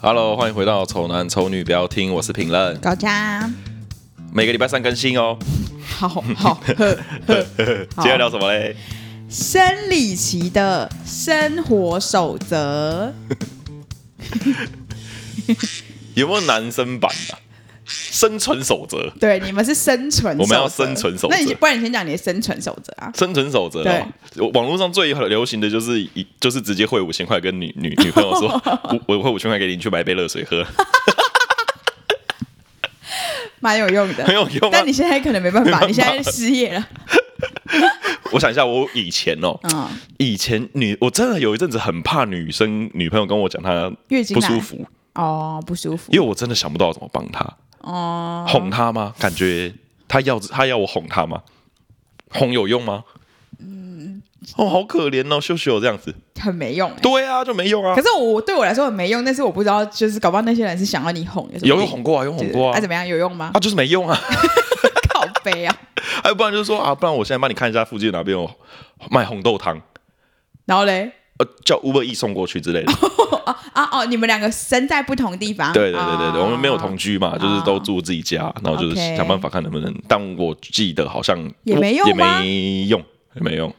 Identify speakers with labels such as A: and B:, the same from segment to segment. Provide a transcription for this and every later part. A: Hello，欢迎回到《丑男丑女》，不要听，我是评论，
B: 高嘉，
A: 每个礼拜三更新哦。
B: 好好 呵呵，
A: 今天要聊什么嘞？
B: 生理期的生活守则，
A: 有没有男生版的、生存守则？
B: 对，你们是生存守则，
A: 我们要生存守则
B: 那你不然你先讲你的生存守则啊？
A: 生存守则哦，网络上最流行的就是一就是直接汇五千块跟女女女朋 友说，我我汇五千块给你去买杯热水喝，
B: 蛮有用的，
A: 很有用啊
B: 但你现在可能没办
A: 没办
B: 法，
A: 法
B: 你现在失业了。
A: 我想一下，我以前哦，
B: 嗯，
A: 以前女我真的有一阵子很怕女生女朋友跟我讲她
B: 月经
A: 不
B: 来
A: 舒服，
B: 啊哦，不舒服
A: 因为我真的想不到怎么帮她，
B: 哦，
A: 哄她吗？感觉她要她要我哄她吗？哄有用吗？嗯，哦，好可怜哦，秀秀这样子，
B: 很没用欸。
A: 对啊，就没用啊
B: 可，是我对我来说很没用，但是我不知道，就是搞不好那些人是想要你哄的，
A: 有用哄过啊，有哄
B: 对
A: 过
B: 啊，
A: 啊
B: 怎，么样？有用吗
A: 啊，？就是没用啊。
B: 靠背啊，
A: 哎，不然就是说啊，不然我现在帮你看一下附近哪边有卖红豆汤，
B: 然后嘞，
A: 呃，叫 Uber E 送过去之类 的。
B: 啊哦，你们两个身在不同地方，
A: 对对对对对，
B: 哦
A: 我们没有同居嘛，就是都住自己家，然后就是
B: OK
A: 想办法看能不能。但我记得好像
B: 也没用
A: 也
B: 吗啊
A: 没用，也没用。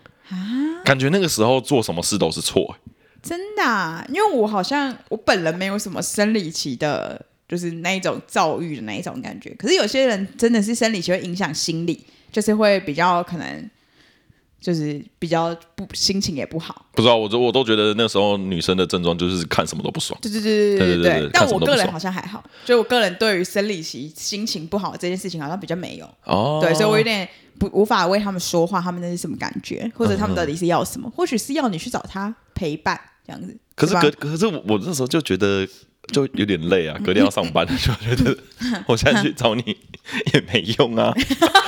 A: 感觉那个时候做什么事都是错、欸
B: 真的啊、因为我好像我本人没有什么生理期的，就是那一种躁郁的那一种感觉。可是有些人真的是生理期会影响心理，就是会比较可能，就是比较不心情也不好。
A: 不知道我都我都觉得那时候女生的症状就是看什么都不爽。
B: 对对对对
A: 对对对
B: 对。但
A: 看什
B: 我
A: 么都
B: 个
A: 不
B: 人
A: 爽
B: 好像还好，就我个人对于生理期心情不好这件事情好像比较没有。
A: 哦，
B: 对，所以我有点不无法为他们说话，他们那是什么感觉，或者他们到底是要什么？或许是要你去找他陪伴这样子。
A: 可是
B: 吧
A: 隔可是我我那时候就觉得就有点累啊，隔天要上班，就觉得我现在去找你也没用啊，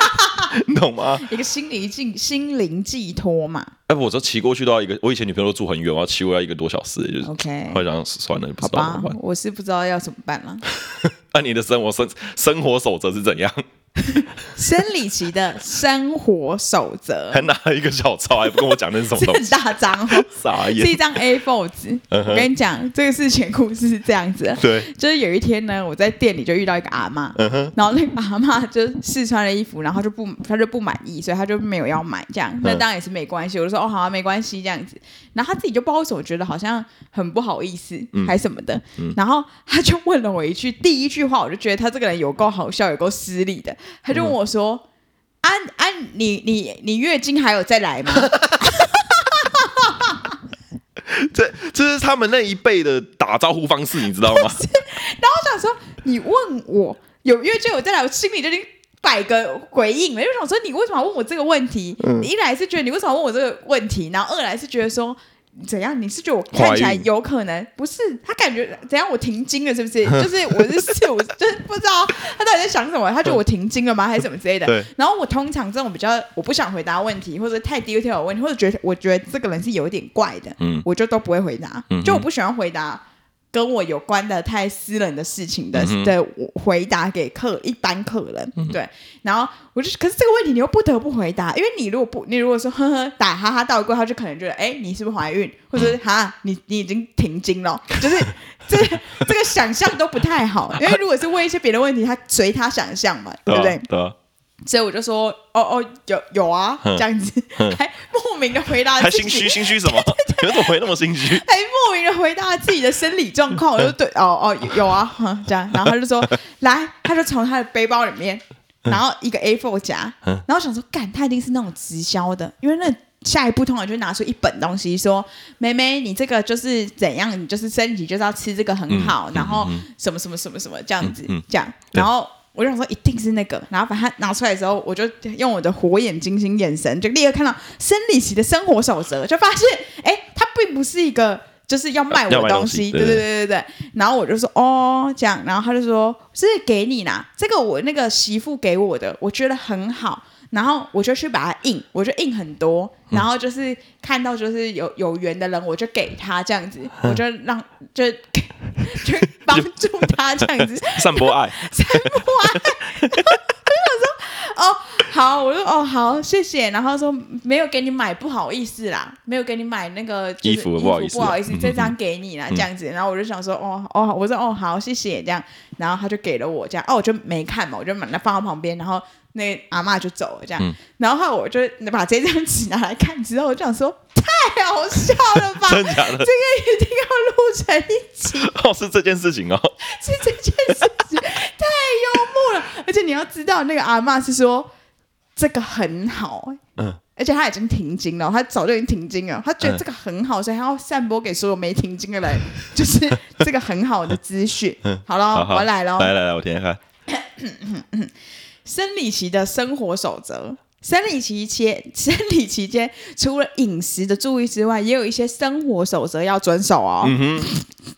A: 你懂吗？
B: 一个心灵寄心灵寄托嘛。
A: 哎，我这骑过去都要一个，我以前女朋友都住很远，我要骑过来一个多小时，就是
B: OK
A: 后来想算了，不
B: 好
A: 知道怎
B: 吧
A: 么办，。
B: 我是不知道要怎么办了。
A: 那、你的生活生生活守则是怎样？
B: 生理期的生活守则
A: 还拿了一个小抄，还不跟我讲那 是什么
B: 这
A: 东
B: 很
A: 西？
B: 大张 哦，
A: 傻
B: 是一
A: 眼。
B: 张 A4 纸。我跟你讲，这个事情故事是这样子的。
A: 对，
B: 就是有一天呢，我在店里就遇到一个阿妈，然后那个阿妈就试穿了衣服，然后就不她就不满意，所以她就没有要买这样。那当然也是没关系，我就说哦好、啊，没关系这样子。然后她自己就不知道为什么觉得好像很不好意思、还什么的，然后她就问了我一句，第一句话我就觉得她这个人有够好笑，有够失礼的，她就问我说。啊啊！你你你月经还有再来吗？
A: 这这是他们那一辈的打招呼方式，你知道吗？
B: 我想说，你问我有月经有再来，我心里就已经百个回应了。就想说，你为什么要问我这个问题？你一来是觉得你为什么要问我这个问题，然后二来是觉得说。怎样？你是觉得我看起来
A: 怀孕
B: 有可能不是？他感觉怎样？我停经了是不是？就是我是是，我就是不知道他到底在想什么。他觉得我停经了吗？还是什么之类的
A: 对？
B: 然后我通常这种比较我不想回答问题，或者太 detail 的问题，或者觉得我觉得这个人是有一点怪的，
A: 嗯
B: 我就都不会回答。
A: 嗯哼
B: 就我不喜欢回答跟我有关的太私人的事情的
A: 嗯哼嗯
B: 的我回答给客一般客人，对。然后我就是，可是这个问题你又不得不回答，因为你如果不，你如果说 呵呵打哈哈道过，他就可能觉得，哎，你是不是怀孕，
A: 嗯
B: 或者是哈，你你已经停经了，就是 这这个想象都不 太好，因为如果是问一些别的问题，他随他想象嘛，对
A: 对啊吧
B: 不对？？
A: 对吧？
B: 所以我就说，哦哦，有有啊，
A: 嗯
B: 这样子，还莫名的回答
A: 还
B: 啊自
A: 心
B: 己
A: 虚，心虚什么？ 你们怎么会那么心虚？
B: 还莫名的回答自己的生理状况，我就对，哦哦，有有啊，哼这样，然后他就说，来，他就从他的背包里面，然后一个 A4 夹，
A: 嗯
B: 然后想说，干，他一定是那种直销的，因为那下一步通常就拿出一本东西说，妹妹，你这个就是怎样，你就是身体就是要吃这个很好，然后什么什么什么什么这样子，
A: 嗯嗯嗯
B: 这样，然后。我就想说一定是那个，然后把它拿出来的时候，我就用我的火眼金睛眼神，就立刻看到生理期的生活守则，就发现，哎，它并不是一个就是要卖我
A: 要卖
B: 的
A: 东
B: 东
A: 西
B: 西，
A: 对
B: 对
A: 对
B: 对对对对。然后我就说哦这样，然后他就说这是给你啦，这个我那个媳妇给我的，我觉得很好，然后我就去把它印，我就印很多，
A: 嗯
B: 然后就是看到就是有有缘的人，我就给他这样子，
A: 嗯
B: 我就让就 就帮助他这样子，
A: 散播爱，
B: 三不完。我想说，哦，好，我就哦好，谢谢。然后他说没有给你买，不好意思啦，没有给你买那个就是
A: 衣服不好意思
B: 不好意思
A: 嗯，
B: 这张给你啦，这样子。然后我就想说哦哦，我说哦好，谢谢这样。然后他就给了我这样，哦我就没看嘛，我就把它放到旁边，然后那阿嬷就走了这样。
A: 嗯，
B: 然后后来我就把这张纸拿来看之后，我就想说太好笑了 吧
A: 真的假的？
B: 一定要录成一集。
A: 哦，是这件事情哦。
B: 是这件事情 太幽默了，而且你要知道，那个阿嬷是说这个很好、欸
A: 嗯，
B: 而且她已经停经了，她早就已经停经了，她觉得
A: 嗯
B: 这个很好，所以她要散播给所有没停经的人，就是这个很好的资讯
A: 嗯。
B: 好了
A: 好，好，
B: 我来了，
A: 来来来，我听听看。
B: 生理期的生活守则。生理期间，生理期间除了饮食的注意之外，也有一些生活守则要遵守哦。
A: 嗯哼，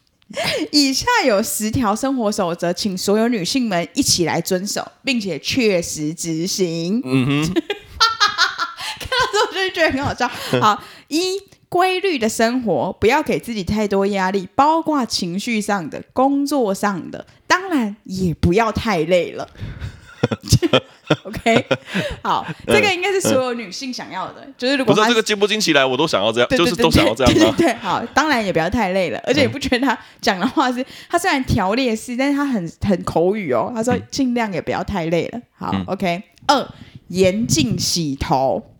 B: 以下有十条生活守则，请所有女性们一起来遵守，并且确实执行。
A: 嗯 哼，
B: 我就觉得很 好笑。好，一规律的生活，不要给自己太多压力，包括情绪上的、工作上的，当然也不要太累 了。OK，好，这个应该是所有女性想要的，就是如
A: 不
B: 果
A: 知道
B: 她
A: 这个惊不惊奇来，我都想要这样，
B: 对
A: 就是都想要这样
B: 对对
A: 啊。嗯
B: 对，对好，当然也不要太累了，而且也不觉得他讲的话是，他虽然条列式，但是他很很口语哦。他说尽量也不要太累了。好、
A: 嗯
B: o k 二，严禁洗头。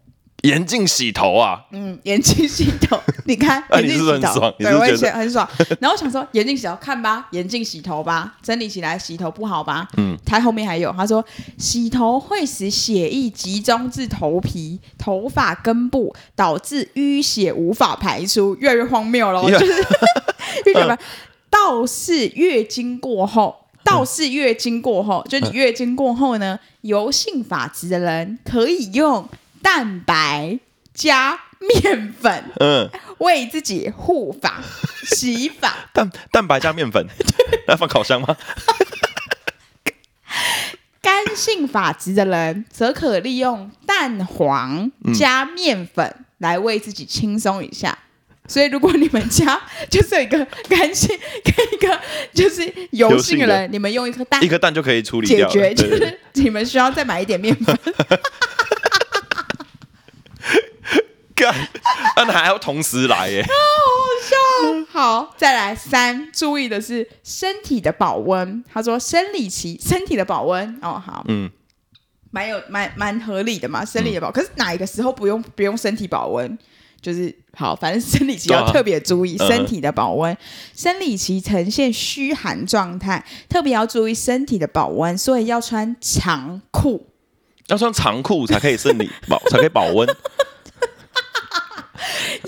A: 严禁洗头啊，
B: 嗯，眼镜洗头， 你看
A: 哎
B: 眼镜
A: 你是
B: 洗
A: 不是很
B: 头
A: 爽，你是不
B: 对
A: 是
B: 我也
A: 觉
B: 觉得很爽。然后我想说，眼镜洗头，看吧，眼镜洗头吧，整理起来洗头不好吧？
A: 嗯
B: 嗯，他后面还有，他说洗头会使血液集中至头皮、头发根部，导致淤血无法排出，越来越荒谬了，
A: 越
B: 就是 越什么？倒是月经过后。倒是月经过后，就你月经过后呢，油性发质的人可以用蛋白加面粉
A: 嗯，
B: 为自己护发、洗发。
A: 蛋蛋白加面 粉，那放烤箱吗？
B: 干性发质的人则可利用蛋黄
A: 嗯
B: 加面粉来为自己轻松一下。所以，如果你们家 就是有一个干性跟一个就是
A: 油
B: 油性的
A: 性的
B: 人，你们用一颗蛋
A: 一颗蛋就可以处理掉
B: 啊解
A: 了。对
B: 决，就
A: 对对
B: 是你们需要再买一点面粉。
A: 干，啊那还要同时来耶？
B: 哦好，再来三，注意的是身体的保温。他说生理期身体的保温哦，好，
A: 嗯，
B: 蛮有蛮蛮合理的嘛，生理的保。可是哪一个时候不用不用身体保温？就是好，反正生理期
A: 对啊
B: 要特别注意
A: 嗯
B: 身体的保温。生理期呈现虚寒状态，特别要注意身体的保温，所以要穿长 裤。
A: 要穿长裤才可以生理 保，才可以保温。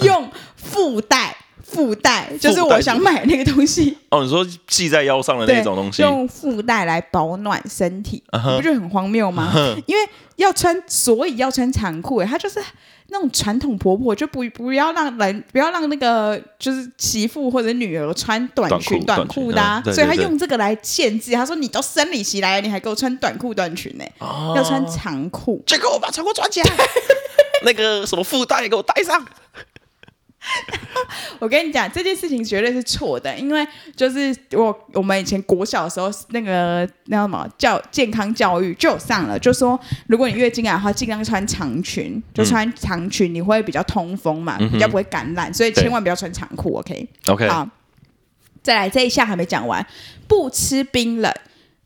B: 用腹带，腹带就是
A: 腹带
B: 我想买那个东西，
A: 哦，你说系在腰上的那种东西，
B: 用腹带来保暖身体，
A: 嗯哼嗯
B: 你不觉得很荒谬吗？因为要穿，所以要穿长裤、欸，她就是那种传统婆婆，就不不要让人不要让那个就是媳妇或者女儿穿短裙
A: 短
B: 短
A: 裤
B: 裤的、啊
A: 短裙嗯，对
B: 所以她
A: 对对
B: 用这个来限制。她说：“你都生理期来了，你还给我穿短裤短裙呢、欸
A: 哦
B: 要穿长裤。”
A: 这个我把长裤抓起 来，那个什么腹带给我带上。
B: 我跟你讲，这件事情绝对是错的，因为就是我我们以前国小的时候，那个那叫什么教健康教育就有上了，就说如果你月经来的话，尽量穿长裙，就穿长裙你会比较通风嘛，
A: 嗯嗯哼
B: 比较不会感染，所以
A: 对
B: 千万不要穿长裤，OK？
A: OK，
B: 好，再来这一项还没讲完，不吃冰冷，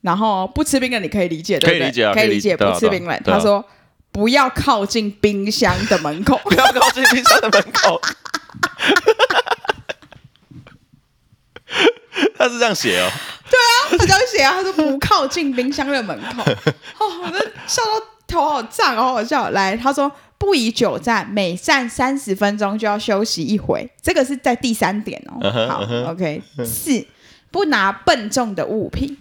B: 然后哦不吃冰冷你可以理解，对
A: 可
B: 不
A: 以
B: 对？
A: 理解啊
B: 可以
A: 可以
B: 理
A: 理
B: 解，
A: 解对啊
B: 不吃冰冷。
A: 对啊
B: 他说不要靠近冰箱的门口。
A: 不要靠近冰箱的门口。 他是这样写哦，
B: 他这样写啊，他说不靠近冰箱的门 口。哦，我真的笑到头好胀，哦好好笑。来，他说不宜久站，每站三十分钟就要休息一回，这个是在第三点哦。
A: 嗯哼
B: 好、
A: 嗯哼
B: o k 四不拿笨重的物品，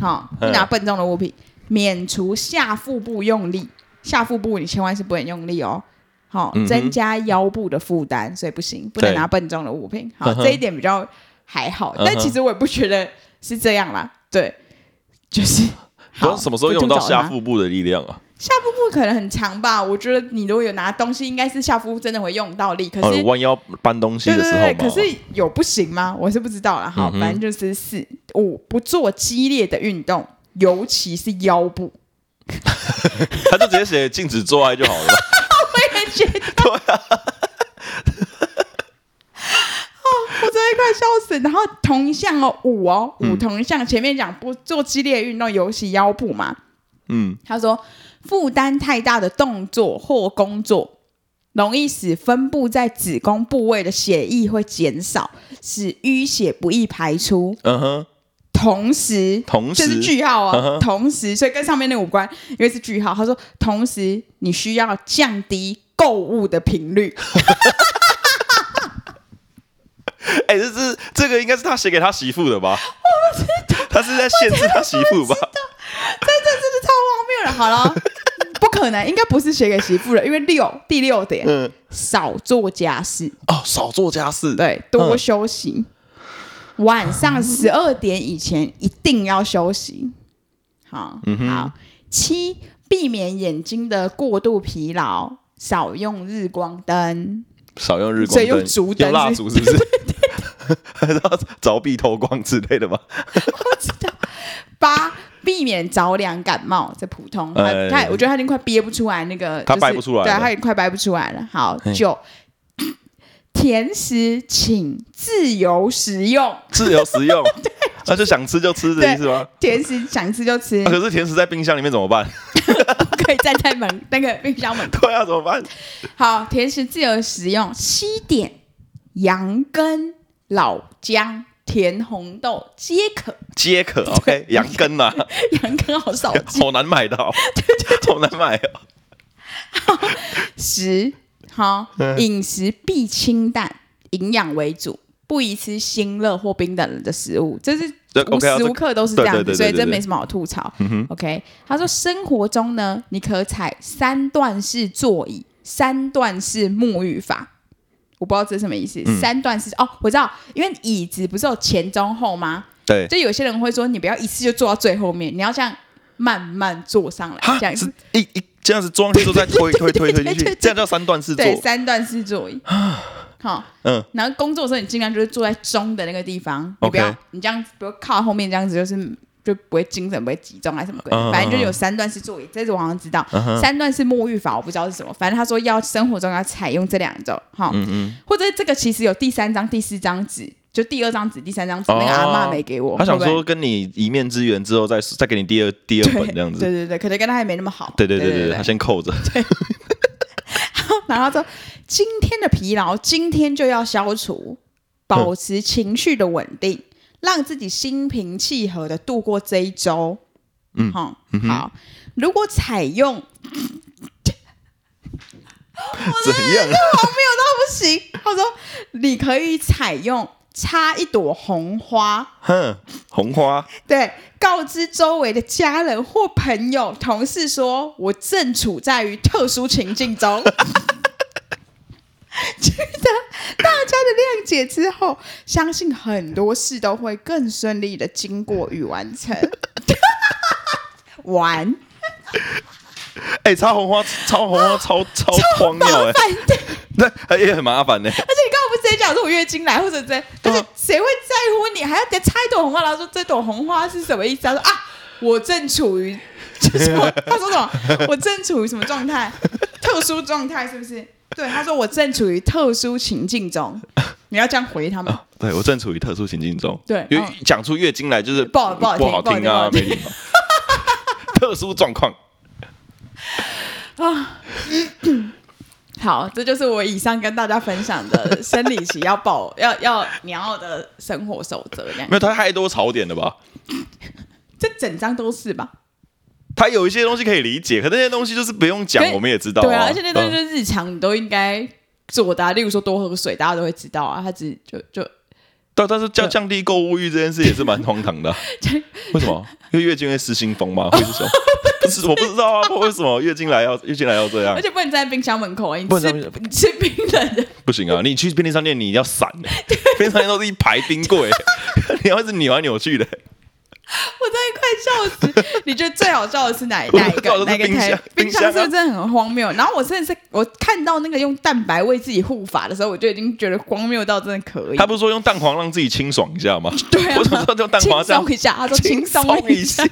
B: 好、
A: 嗯
B: 不拿笨重的物品，免除下腹部用力，下腹部你千万是不能用力哦。好、
A: 嗯哼
B: 增加腰部的负担，所以不行，不能
A: 对
B: 拿笨重的物品。好，
A: 嗯哼
B: 这一点比较还好，
A: 嗯哼
B: 但其实我也不觉得是这样啦。对， 就是
A: 不知道
B: 好
A: 什么时候
B: 就
A: 用到
B: 就找
A: 下
B: 它
A: 腹部的力量啊？
B: 下腹部可能很长吧。我觉得你如果有拿东西，应该是下腹部真的会用到力。可
A: 哦
B: 是，，
A: 弯腰搬东西
B: 对
A: 的
B: 对
A: 时候
B: 对，
A: 嘛。
B: 可是有不行吗？我是不知道啦。好，
A: 嗯哼
B: 反 正就是四五不做激烈的运动，尤其是腰部。
A: 他就直接写禁止做爱就好了 吧。
B: 我也觉得，对啊， 哦我真的快笑死。然后同项哦，五哦，五
A: 嗯
B: 同项，前面讲不做激烈运动，尤其腰部嘛。
A: 嗯，
B: 他说，负担太大的动作或工作，容易使分布在子宫部位的血液会减少，使淤血不易排出，
A: 嗯哼，
B: 同时
A: 同
B: 这是
A: 时，
B: 句号
A: 嗯
B: 啊，
A: 哼
B: 同时，所以跟上面那个无关，因为是句号。他说，同时你需要降低购物的频率，
A: 哎、这是这个应该是他写给他媳妇的 吧？他是在限制他媳妇吧？
B: 这真的超荒谬了。好了，不可能，应该不是写给媳妇了，因为六第六点，
A: 嗯，
B: 少做家事，
A: 哦，少做家事，
B: 对，多休息。晚上十二点以前一定要休息。好，
A: 嗯
B: 好。七，避免眼睛的过度疲劳，少用日光灯。
A: 少用日
B: 所
A: 光
B: 以用
A: 灯，
B: 烛灯
A: 用蜡
B: 是
A: 烛是不是？还是 要凿壁偷光之类的吧？
B: 八，避免着凉感冒，这普通。他
A: 哎
B: 他，我觉得他已经快憋不出来那个，
A: 他
B: 就是
A: 掰不出来
B: 对
A: 了
B: 他已经快掰不出来了。好
A: 嘿，
B: 九，甜食请自由食用，
A: 自由食 用，那、就想吃就吃的意思吗？
B: 甜食想吃就吃
A: 啊、，可是甜食在冰箱里面怎么办？
B: 嗯不可以站在门那个冰箱门口。
A: 对啊，怎么办？
B: 好，甜食自由食用。七点，羊羹、老姜、甜红豆皆可。
A: 皆可，OK，羊羹啊，
B: 羊羹好少见。
A: 好难买 到，好难买哦。
B: 十，好
A: 嗯，
B: 饮食必清淡，营养为主，不宜吃辛热或冰冷的食物，这是
A: 这
B: 无
A: OK 啊，
B: 时无
A: 这
B: 刻都是这样
A: 对对对
B: 子，所以
A: 对对
B: 真
A: 对
B: 没什么好吐槽
A: 嗯哼。
B: OK，他说生活中呢，你可采三段式座椅、三段式沐浴法。我不知道这是什么意思，
A: 嗯
B: 三段式哦，我知道，因为椅子不是有前中后吗？
A: 对，
B: 就有些人会说，你不要一次就坐到最后面，你要这样慢慢坐上来，
A: 哈
B: 这样子
A: 是一一这样子装上去之后再推推推推进
B: 对对对对
A: 去，这样叫三段式坐
B: 对，。三段式座椅。好，
A: 啊嗯，
B: 然后工作的时候，你尽量就是坐在中的那个地方，你不
A: OK
B: 要你这样子，比如靠后面这样子，就是就不会精神不会集中啊什么鬼
A: 嗯嗯
B: 的。
A: 嗯
B: 反正就是有三段式座椅，这是我好像知道。
A: 嗯哼，
B: 三段式沐浴法我不知道是什么，反正他说要生活中要采用这两种，哈，
A: 嗯嗯，
B: 或者这个其实有第三张、第四张纸，就第二张纸、第三张纸，
A: 哦
B: 那个阿妈没给我，
A: 他想
B: 会不会
A: 说跟你一面之缘之后再再给你第二第二本这样子
B: 对。对对，可能跟他还没那么好，
A: 对对对对，对他先扣着，
B: 然后他说：“今天的疲劳，今天就要消除，保持情绪的稳定，让自己心平气和的度过这一周。”
A: 嗯
B: 好，
A: 嗯哼
B: 好。如果采用
A: 怎样？
B: 不行，他说你可以采用插一朵红花，
A: 哼，红花，
B: 对，告知周围的家人或朋友、同事说，我正处在于特殊情境中。 取得大家的谅解之后，相信很多事都会更顺利的经过与完成。完，
A: 哎，插红花，插红花，超超荒谬哎，
B: 反对，
A: 那也很麻烦哎呢。
B: 而且你刚刚不是直接讲说我月经来或者这，但是
A: 啊
B: 谁会在乎你？还要再插一朵红啊花，然后说这朵红花是什么意思？他说啊，我正处于就是我他说 什么？我正处于什么状态？特殊状态是不是？对，他说我正处于特殊情境中，你要这样 回他们。
A: 哦对我正处于特殊情境中，
B: 对
A: 因为
B: 嗯
A: 讲出月经来就是
B: 不好不好听
A: 听
B: 不
A: 啊
B: 好，听
A: 没礼貌，特殊状况，
B: 好，这就是我以上跟大家分享的生理期要保要要你要的生活守则， 这样
A: 没有他太多槽点了吧？
B: 这整张都是吧？
A: 他有一些东西可以理解，可那些东西就是不用讲
B: 可，以
A: 我们也知道
B: 对啊，而且那东西就
A: 嗯
B: 是日常你都应该做的、啊，例如说多喝水，大家都会知道啊。他只就就
A: 对，啊但是降
B: 对
A: 降低购物欲这件事也是蛮荒唐的 啊。为什么？因为月经会失心疯
B: 哦
A: 吗？会是什么？不是，我不知道啊，为什么月经来 要月经来要这样
B: 而？且不能站在冰箱门口啊，你
A: 嗯不
B: 吃
A: 能站
B: 你吃冰冷的，
A: 不行啊！你去便利商店，你要闪欸，便利商店都是一排冰柜 欸，你要是扭来扭去的欸，
B: 我真的快笑死。你觉得最好笑的是哪哪一
A: 我告诉
B: 个？
A: 你
B: 哪一个
A: 冰箱
B: 台？
A: 冰箱啊
B: 冰箱是不是真的很荒谬？然后我真的是我看到那个用蛋白为自己护法的时候，我就已经觉得荒谬到真的可以
A: 他。不是说用蛋黄让自己清爽一下吗？
B: 对 啊
A: 我怎么知道用蛋
B: 轻
A: 黄这样
B: 松一下，他说
A: 轻
B: 轻松
A: 松一
B: 一
A: 下
B: 下。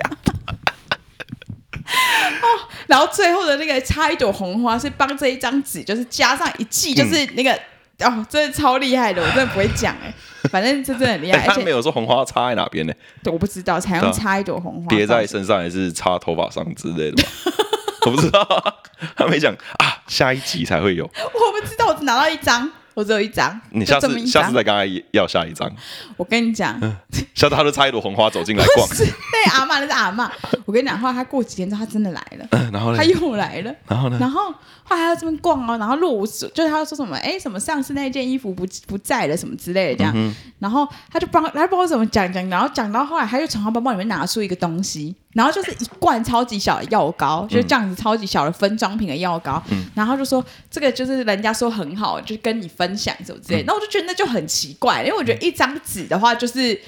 B: 哦然后最后的那个插一朵红花是帮这一张纸，就是加上一
A: 嗯
B: 季，就是那个、哦，真的超厉害的，我真的不会讲 哎、反正这真的很厉害，
A: 哎，
B: 而
A: 他没
B: 且
A: 有说红花插在哪边呢？
B: 我不知道采
A: 对
B: 用
A: 啊
B: 插一朵红花
A: 别在
B: 放
A: 身上还是插头发上之类的吗？ 我不知道啊，他没讲啊，下一集才会有。
B: 我不知道，我只拿到一张，我只有一张，
A: 你
B: 就
A: 下
B: 这么一
A: 次下
B: 张
A: 次再跟他要下一张，
B: 我跟你讲，
A: 下次他就插一朵红花走进来逛
B: 不，是那阿嬷，那是阿嬷。我跟你讲，后来她过几天之后，她真的来了，
A: 嗯，然后呢
B: 她？又来了。
A: 然后呢？
B: 然后后来她在这边逛哦，然后落伍所就是她说什么，哎，什么上次那件衣服不不在了，什么之类的这样。
A: 嗯
B: 然后她就帮她帮我怎么讲讲，然后讲到后来，她就从她包包里面拿出一个东西，然后就是一罐超级小的药膏，就是这样子超级小的分装瓶的药膏。
A: 嗯
B: 然后就说这个就是人家说很好，就跟你分享什么之
A: 嗯
B: 类的。那、我就觉得那就很奇怪，因为我觉得一张纸的话就是。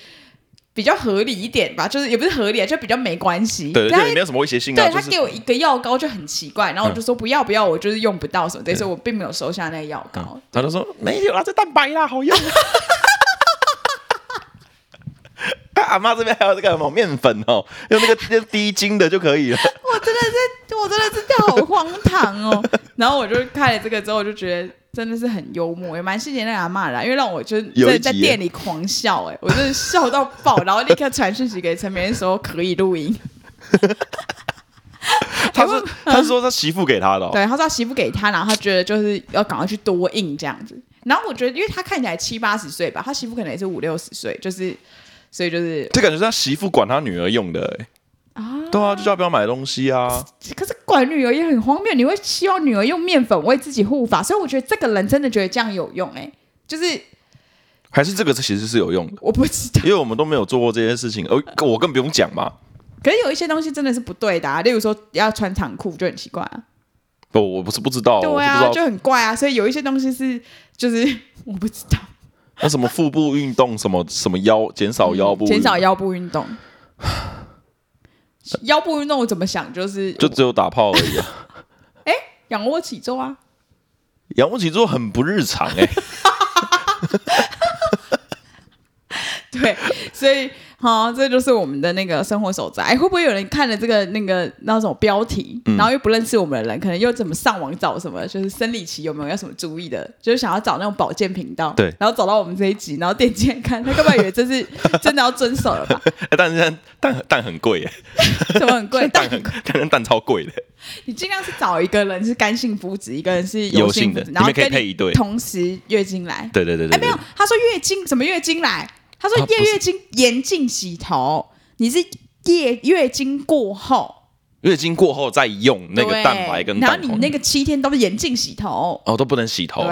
B: 比较合理一点吧，就是也不是合理啊，就比较没关系。
A: 对
B: 但
A: 对，没有什么威胁性啊，
B: 对
A: 就
B: 他
A: 是嗯
B: 给我一个药膏就很奇怪，然后我就说不要不要，我就是用不到什么的，所以我并没有收下那个药膏。
A: 嗯他就说没有啦，这蛋白啦，好用。 啊阿妈这边还有这个什么面粉哦，用那个那低筋的就可 以了。
B: 我真的是，我真的是好荒唐哦。然后我就看了这个之后，我就觉得真的是很幽默，也蛮谢谢那个阿嬷的啊，因为让我就是
A: 有一
B: 在在
A: 集耶
B: 店里狂笑，哎，我真的笑到爆，然后立刻传讯息给陈明说可以录音。 哎
A: 他说他说他媳妇给他的哦，
B: 对，他说他媳妇给他，然后他觉得就是要赶快去多印这样子。然后我觉得，因为他看起来七八十岁吧，他媳妇可能也是五六十岁，就是所以就是
A: 这感觉是他媳妇管他女儿用的欸。
B: 啊，
A: 对啊，就叫她不要买东西啊。
B: 可是管女儿也很荒谬，你会希望女儿用面粉为自己护发，所以我觉得这个人真的觉得这样有用哎、就是
A: 还是这个其实是有 用的，
B: 我不知道，
A: 因为我们都没有做过这些事情，而我更不用讲嘛。
B: 可是有一些东西真的是不对的、啊，例如说要穿长裤就很奇怪啊，
A: 不，哦我不是不知道，
B: 对
A: 我是
B: 啊，
A: 不知道
B: 就很怪啊，所以有一些东西是就是 我不知道，
A: 那什么腹部运动，什么什么腰减少腰部，
B: 嗯减少腰部运 动，腰部运动我怎么想就是
A: 就只有打炮而 已、啊。
B: 仰卧起坐啊，
A: 仰卧起坐很不日常哎、
B: 对，所以好，这就是我们的那个生活守则。哎，会不会有人看了这个那个那种标题，
A: 嗯
B: 然后又不认识我们的人，可能又怎么上网找什么，就是生理期有没有要什么注意的，就是想要找那种保健频道，
A: 对
B: 然后找到我们这一集，然后点进来看，他根本以为这是 真的要遵守了吧？
A: 欸但是蛋蛋很贵 哎、
B: 怎么很 贵？但
A: 蛋很蛋蛋超贵的、
B: 你尽量是找一个人是干性肤质，一个人是
A: 油
B: 性
A: 性
B: 肤
A: 的
B: 质，然后
A: 你们可以
B: 跟
A: 配
B: 你
A: 一对
B: 同时月经来。
A: 对对对对
B: 哎，没
A: 对
B: 有，他说月经什么月经来？他说
A: 啊不
B: 夜
A: 是
B: 月经严禁洗头，你是夜月经过后，
A: 月经过后再用那个
B: 对
A: 蛋白跟
B: 然
A: 蛋
B: 后你
A: 黄，
B: 那个七天都是严禁洗头，
A: 哦都不能洗头，
B: 对。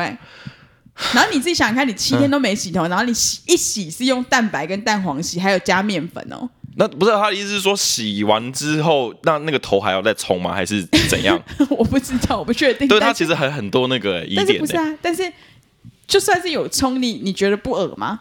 B: 然后你自己想想看，你七天都没洗头，然后你洗一洗是用蛋白跟蛋黄洗，还有加面粉哦。
A: 那不是他的意思是说洗完之后，那那个头还要再冲吗？还是怎样？
B: 我不知道，我不确定。
A: 对他
B: 哎但是
A: 其实还很多那个、疑
B: 但是
A: 点
B: 不是
A: 呢、
B: 啊？但是就算是有冲力，你觉得不恶吗？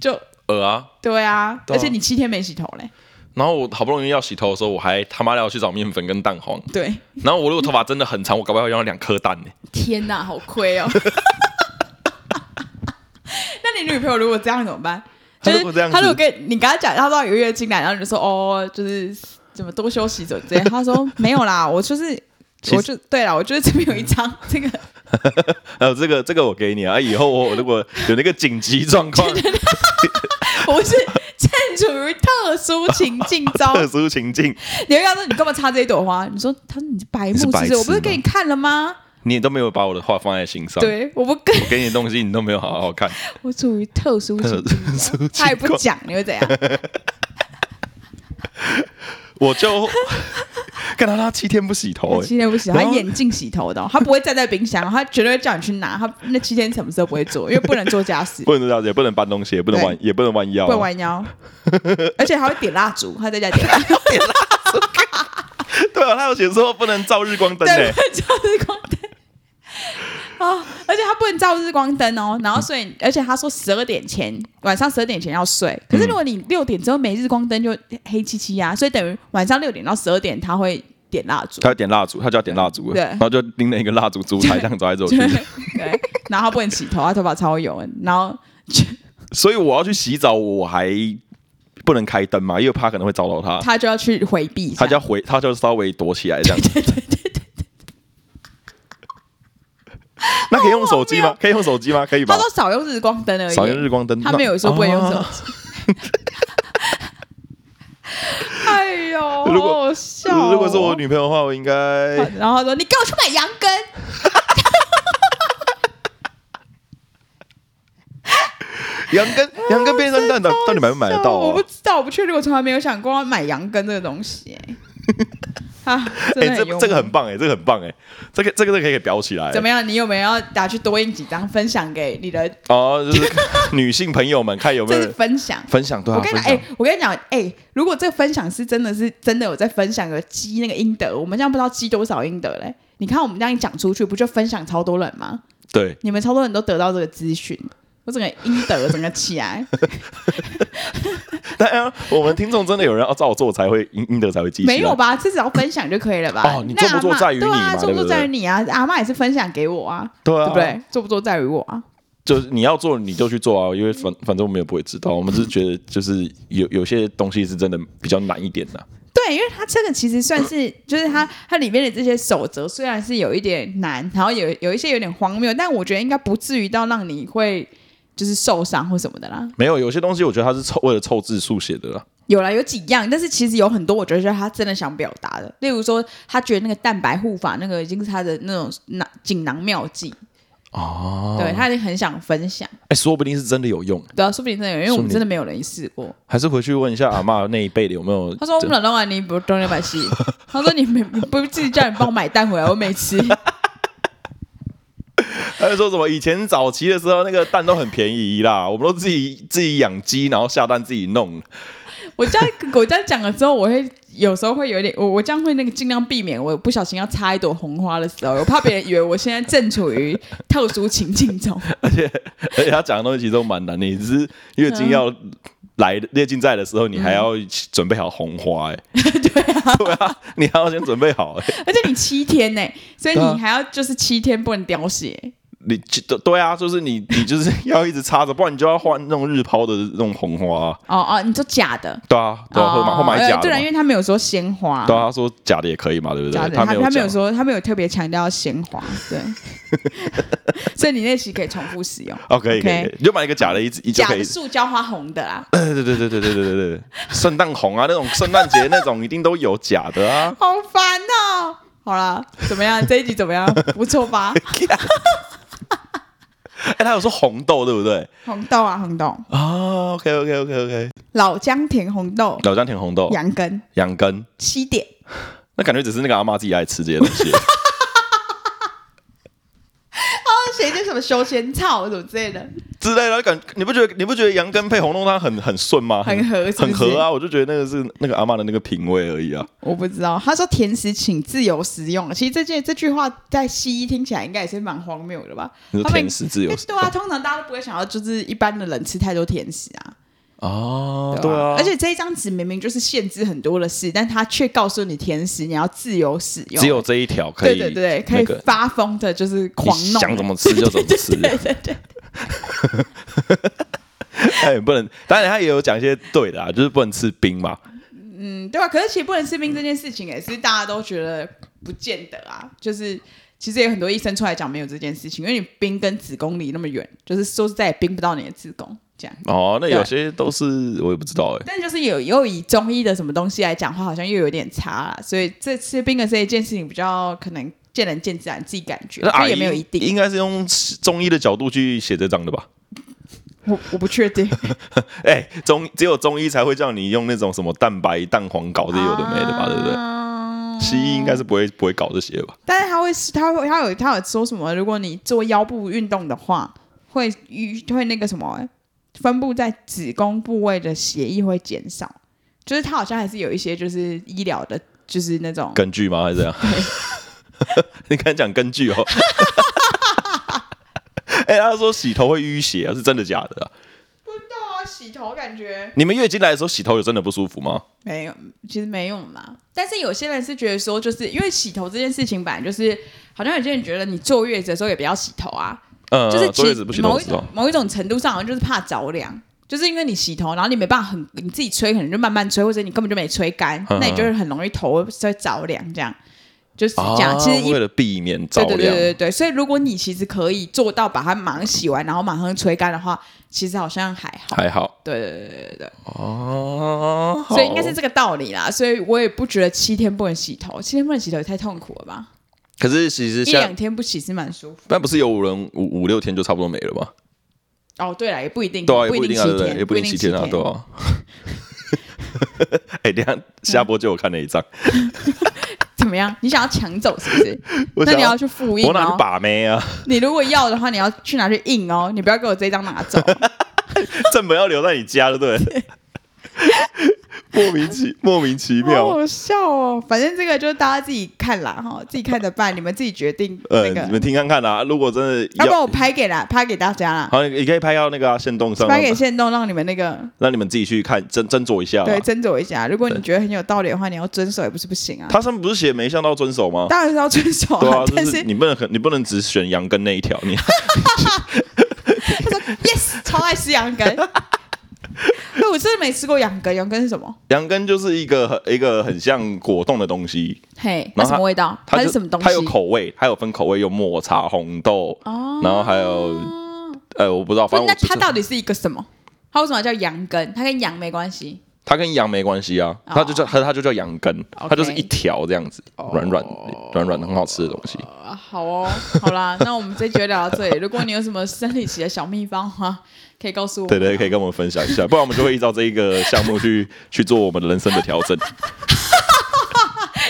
B: 就
A: 呃啊，
B: 对啊，
A: 对啊
B: 而且你七天没洗头嘞，
A: 然后我好不容易要洗头的时候，我还他妈的要去找面粉跟蛋黄。
B: 对，
A: 然后我如果头发真的很长，我搞不好要用到两颗蛋呢、
B: 天哪，好亏哦。 那你女朋友如果这样怎么办？就
A: 她
B: 是
A: 如果这样子
B: 她如果跟你跟她讲，她说有月经来，然后你就说哦，就是怎么多休息怎么这样，她说没有 啦，我就是
A: 其实嗯
B: 我就对了，我就是这边有一张这个，
A: 呃，这个这个我给你啊，以后我如果有那个紧急状 况、
B: 我是正处于特殊情境
A: 特
B: 中。
A: 殊情境，
B: 你会跟她说你干嘛插这一朵花？你说她说你是白目
A: 你
B: 是
A: 是
B: 不
A: 白
B: 是？我不是
A: 痴
B: 给你看了吗？
A: 你也都没有把我的话放在心上。，
B: 对，我不跟
A: 我给你的东西你都没有好好 看，
B: 我处于特殊
A: 特
B: 情境
A: 殊
B: 中
A: 情，
B: 她也不
A: 况
B: 讲，你会怎样？
A: 我就 看到他七天不洗头、
B: 他
A: 欸，
B: 七天不洗，
A: 然
B: 他
A: 后
B: 眼镜洗头的哦、他不会站在冰箱，他绝对会叫你去拿。他那七天什么事都不会做，因为不能做 家事，
A: 不能这样子，也不能搬东西，也不能弯，也不能弯腰啊、
B: 不能弯腰，而且还会点蜡烛，他在家点蜡烛，
A: 对啊，他有写说不能照日光灯呢、欸
B: 对，不能照日光灯。 哦，而且他不能照日光灯哦，然后所以，而且他说十二点前，晚上十二点前要睡。可是如果你六点之后没日光灯，就黑漆漆啊，所以等于晚上六点到十二点他会点蜡烛
A: 他，要点蜡烛，他就要点蜡烛了，
B: 对
A: 然后就拎了一个蜡烛烛台这样走来走去
B: 对， 对，然后他不能洗头，他头发超油，然后
A: 所以我要去洗澡，我还不能开灯嘛，因为怕可能会找到他，
B: 他就要去回避一下，
A: 他就要回，他就稍微躲起来这样子。那可以用手机吗？可以用手机吗？可以吧
B: 他？都少用日光灯而已，
A: 少用日光灯，
B: 他没有说不会用手
A: 啊
B: 机。 哎呦，好
A: 如果
B: 好笑哦、
A: 如果是我女朋友哎的话，我应该
B: 然后他说：“你给我去买羊羹。
A: 羊羹羊羹便当蛋到到底买不买得到
B: 我
A: 啊
B: 不？知道，我不确定，我从来没有想过要买羊羹这个东 西、哎啊，真
A: 哎，这
B: 的幽默
A: 这个很棒哎，这个很棒哎，这个这个这个可以裱起来
B: 怎。么样？你有没有要打去多印几张分享给你的？
A: 哦，就是女性朋友们看有没有
B: 这是
A: 人
B: 分享。
A: 分享，对啊，
B: 我跟你
A: 分
B: 讲，哎、
A: 享
B: 我跟你讲，哎、如果这个分享是真的是真的有在分享有积那个阴德，我们这样不知道积多少阴德嘞。你看我们这样一讲出去，不就分享超多人吗？
A: 对，
B: 你们超多人都得到这个资讯，我整个阴德整个起 来，
A: 但啊我们听众真的有人要照我做才会赢赢得才会记啊起来
B: 没有吧？这只要分享就可以了吧？
A: 哦你做不做
B: 那阿嬷
A: 在于
B: 对
A: 你
B: 啊，
A: 嘛
B: 做不
A: 对
B: 做
A: 不对
B: 在于你啊？阿妈也是分享给我啊，
A: 对啊，
B: 对不？对？做不做在于我啊？
A: 就是你要做你就去做啊，因为反反正我们也不会知道，我们只是觉得就是有有些东西是真的比较难一点的、
B: 对，因为它这个其实算是，就是它它里面的这些守则虽然是有一点难，然后有有一些有点荒谬，但我觉得应该不至于到让你会就是受伤或什么的啦。
A: 没有有些东西我觉得它是凑为了凑字数写的啦，
B: 有啦，有几样，但是其实有很多我觉得是他真的想表达的，例如说他觉得那个蛋白护法那个已经是他的那种囊锦囊妙计，
A: 哦，
B: 对他已经很想分享，
A: 哎，说不定是真的有用，
B: 对啊，说不定真的有，因为
A: 说
B: 我
A: 不
B: 们
A: 定
B: 真的没有人试过。
A: 还是回去问一下阿嬷那一辈的有没有？
B: 他说：“我们
A: 这
B: 冷冻完你不中六百七。”他说：“你没你不自己叫你帮我买蛋回来，我没吃。”
A: 他就说什么以前早期的时候那个蛋都很便宜啦，我们都自己自己养鸡，然后下蛋自己弄，
B: 我这样我这样讲了之后，我会有时候会有点，我我这样会那个尽量避免，我不小心要插一朵红花的时候，我怕别人以为我现在正处于特殊情境中。
A: 而且他讲的东西其实都蛮难的，你只是月经要来月经在的时候，你还要准备好红花、 欸，哎、对啊，对啊，你还要先准备好、欸，
B: 而且你七天呢、所以
A: 对啊
B: 你还要就是七天不能凋谢、
A: 你就对对啊，就是你你就是要一直插着，不然你就要换那种日抛的那种红花、啊，
B: 哦哦，你说假的，
A: 对啊，对啊，
B: 哦
A: 会买会买假
B: 呃对
A: 的
B: 啊，因
A: 嘛，
B: 为他没有说鲜花，
A: 对啊，他说假的也可以嘛，对不对
B: 假？的，
A: 没
B: 他
A: 有
B: 他没有
A: 讲
B: 说，他没有特别强调要鲜花， 对，所以你那期可以重复使用。
A: 哦，可以可以，
B: OK
A: 可以你就买一个假的，一直一就
B: 假
A: 可以
B: 的，塑胶花红的啦，
A: 对对对对对对对对对，圣诞红啊，那种圣诞节那种一定都有假的 啊。
B: 好烦哦。好啦，怎么样？这一集怎么样？不错吧？
A: 哎，他有说红豆对不对？
B: 红豆啊，红豆，
A: 啊，OK OK OK OK，
B: 老姜甜红豆，
A: 老姜甜红豆，
B: 羊羹
A: 羊羹，
B: 七点，
A: 那感觉只是那个阿妈自己爱吃这些东 西。
B: 那写一些什么修仙草什么之类的，
A: 之类的，感你不觉得你不觉得羊羹配红豆汤很很顺吗？
B: 很合是不是
A: 哦很合啊！我就觉得那个是那个阿嬷的那个品味而已啊。
B: 我不知道。他说甜食请自由食用，其实这件这句话在西医听起来应该也是蛮荒谬的吧？
A: 你说
B: 他们
A: 甜食自由
B: 对啊，通常大家都不会想要，就是一般的人吃太多甜食啊。
A: 哦，
B: 吧
A: 对啊，
B: 而且这一张纸明明就是限制很多的事，但他却告诉你甜食你要自由使用，
A: 只有这一条可
B: 对
A: 以，
B: 对对，可
A: 那
B: 以
A: 个
B: 发疯的，就是
A: 你
B: 狂弄，
A: 想怎么吃就怎么吃。
B: 对对对，
A: 哎，不能，当然他也有讲一些对的啊，就是不能吃冰嘛。
B: 嗯，对吧？可是其实不能吃冰这件事情，也是大家都觉得不见得啊，就是。其实有很多医生出来讲没有这件事情，因为你冰跟子宫离那么远，就是说实在也冰不到你的子宫这样。
A: 哦，那有
B: 对
A: 些都是我也不知道哎。
B: 但就是有又以中医的什么东西来讲话，好像又有点差啦。所以这吃冰的这一件事情比较可能见仁见智啊，你自己感觉，
A: 那阿
B: 所
A: 姨
B: 以也没有一定。
A: 应该是用中医的角度去写这张的吧？
B: 我我不确定，
A: 哎，中只有中医才会叫你用那种什么蛋白、蛋黄搞这些有的没的吧，对不对？
B: 对
A: 西医应该是不会不会搞这些吧？
B: 但是他会，他会，他有，他有说什么？如果你做腰部运动的话，会淤，会那个什么，分布在子宫部位的血液会减少。就是他好像还是有一些，就是医疗的，就是那种
A: 根据吗？还是怎样？ 你刚才讲根据哦。哎、他说洗头会淤血啊，是真的假的、啊？
B: 啊，洗头感觉
A: 你们月经来的时候洗头有真的不舒服吗？
B: 没有，其实没用啦。但是有些人是觉得说，就是因为洗头这件事情，本来就是好像有些人觉得你坐月子的时候也不要洗头啊，
A: 嗯，
B: 就是
A: 坐月子不
B: 其
A: 洗头
B: 某
A: 我
B: 一
A: 知道
B: 种。某一种程度上，好像就是怕着凉，就是因为你洗头，然后你没办法很你自己吹，可能就慢慢吹，或者你根本就没吹干，
A: 嗯
B: 那你就是很容易头会着凉，这样就是
A: 啊
B: 这样。其实一
A: 为了避免着
B: 对
A: 凉，
B: 对对对对，所以如果你其实可以做到把它马上洗完，然后马上吹干的话，其实好像还好。
A: 还好
B: 对对对对对对，
A: 哦。
B: 所以应该是，这个道理啦。所以我也不觉得七天不能洗头，七天不能洗头也太痛苦了吧？
A: 可是其实
B: 一
A: 像
B: 两天不洗是蛮舒服。
A: 但不是有五人五五六天就差不多没了吧？
B: 哦，对了，也不一定，
A: 对啊，也
B: 不
A: 不一定啊，
B: 七
A: 对不对？
B: 天，
A: 也不一定
B: 定
A: 七天啊，对啊。 哎，等一下下播就有看那一张，
B: 怎么样？你想要抢走是不是？
A: 我
B: 那
A: 想
B: 你要去复印
A: 我哪去
B: 哦。
A: 把妹啊？
B: 你如果要的话，你要去拿去印哦。你不要给我这张拿 走。
A: 正本要留在你家，对 不对？莫名其莫名其
B: 好
A: 妙，
B: 好笑哦！反正这个就是大家自己看啦，哈，自己看着办，你们自己决定
A: 呃，
B: 那个。
A: 你们听看看啊。如果真的
B: 要
A: 要，
B: 不然我拍给啦，拍给大家啦，
A: 好，你可以拍到那个啊线动上，
B: 拍给线动，让你们那个
A: 让你们自己去看斟斟酌一下啦。
B: 对斟酌一下。如果你
A: 对
B: 觉得很有道理的话，你要遵守也不是不行啊。
A: 他上面不是写每一项都要遵守吗？
B: 当然是要遵守
A: 对啊，
B: 但
A: 就是是你不能很，你不能只选羊羹那一条，你
B: 他说 yes，超爱吃羊 羹。对，我真的没吃过羊羹，羊羹是什么？
A: 羊羹就是一个很一个很像果冻的东西，
B: 嘿，
A: 然后
B: 它什么味道？
A: 它
B: 是
A: 就
B: 什么东西？
A: 它有口味，它有分口味，有抹茶、红豆，
B: 哦，
A: 然后还有呃，我不知道，
B: 不
A: 反正
B: 那
A: 我
B: 它到底是一个什么？它为什么叫羊羹？它跟羊没关系。
A: 它跟羊没关系啊，它就叫它它就叫羊羹，
B: 哦 OK
A: 它就是一条这样子，
B: 哦
A: 软软软软很好吃的东西。
B: 啊，好哦，好啦，那我们这集就聊到 这里。如果你有什么生理期的小秘方的话，可以告诉我。
A: 对对，可以跟我们分享一下，不然我们就会依照这一个项目 去去做我们人生的调整。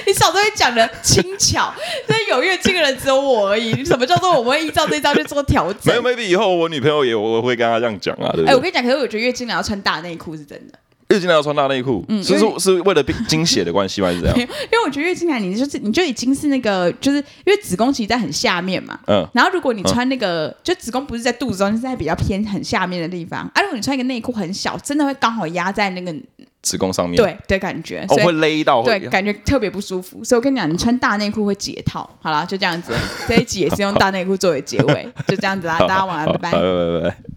B: 你小时候讲的轻巧， 但有月经的人只有我而已。你什么叫做我会依照这招去做调整？
A: 没有，maybe 以后我女朋友也我会跟她这样讲啊，对不
B: 哎、我
A: 对？
B: 跟你讲，可是我觉得月经来要穿大内裤是真的，
A: 日经来要穿大内裤，是
B: 因为
A: 是是为了避经血的关系吗？还是怎样
B: 嗯 没？有因为我觉得月经来你就是你就已经是那个，就是因为子宫其实在很下面嘛。
A: 嗯，
B: 然后如果你穿那个，就子宫不是在肚子中，是在比较偏很下面的地方。啊，如果你穿一个内裤很小，真的会刚好压在那个
A: 子宫上面，，
B: 对对感觉，
A: 哦
B: 所以
A: 会勒到，
B: 对
A: 会，
B: 感觉特别不舒服。所以我跟你讲，你穿大内裤会解套。 好啦，就这样子，这一集也是用大内裤作为结尾，就这样子啦，
A: 好
B: 大家晚安，
A: 好
B: 拜拜
A: 拜。拜拜拜。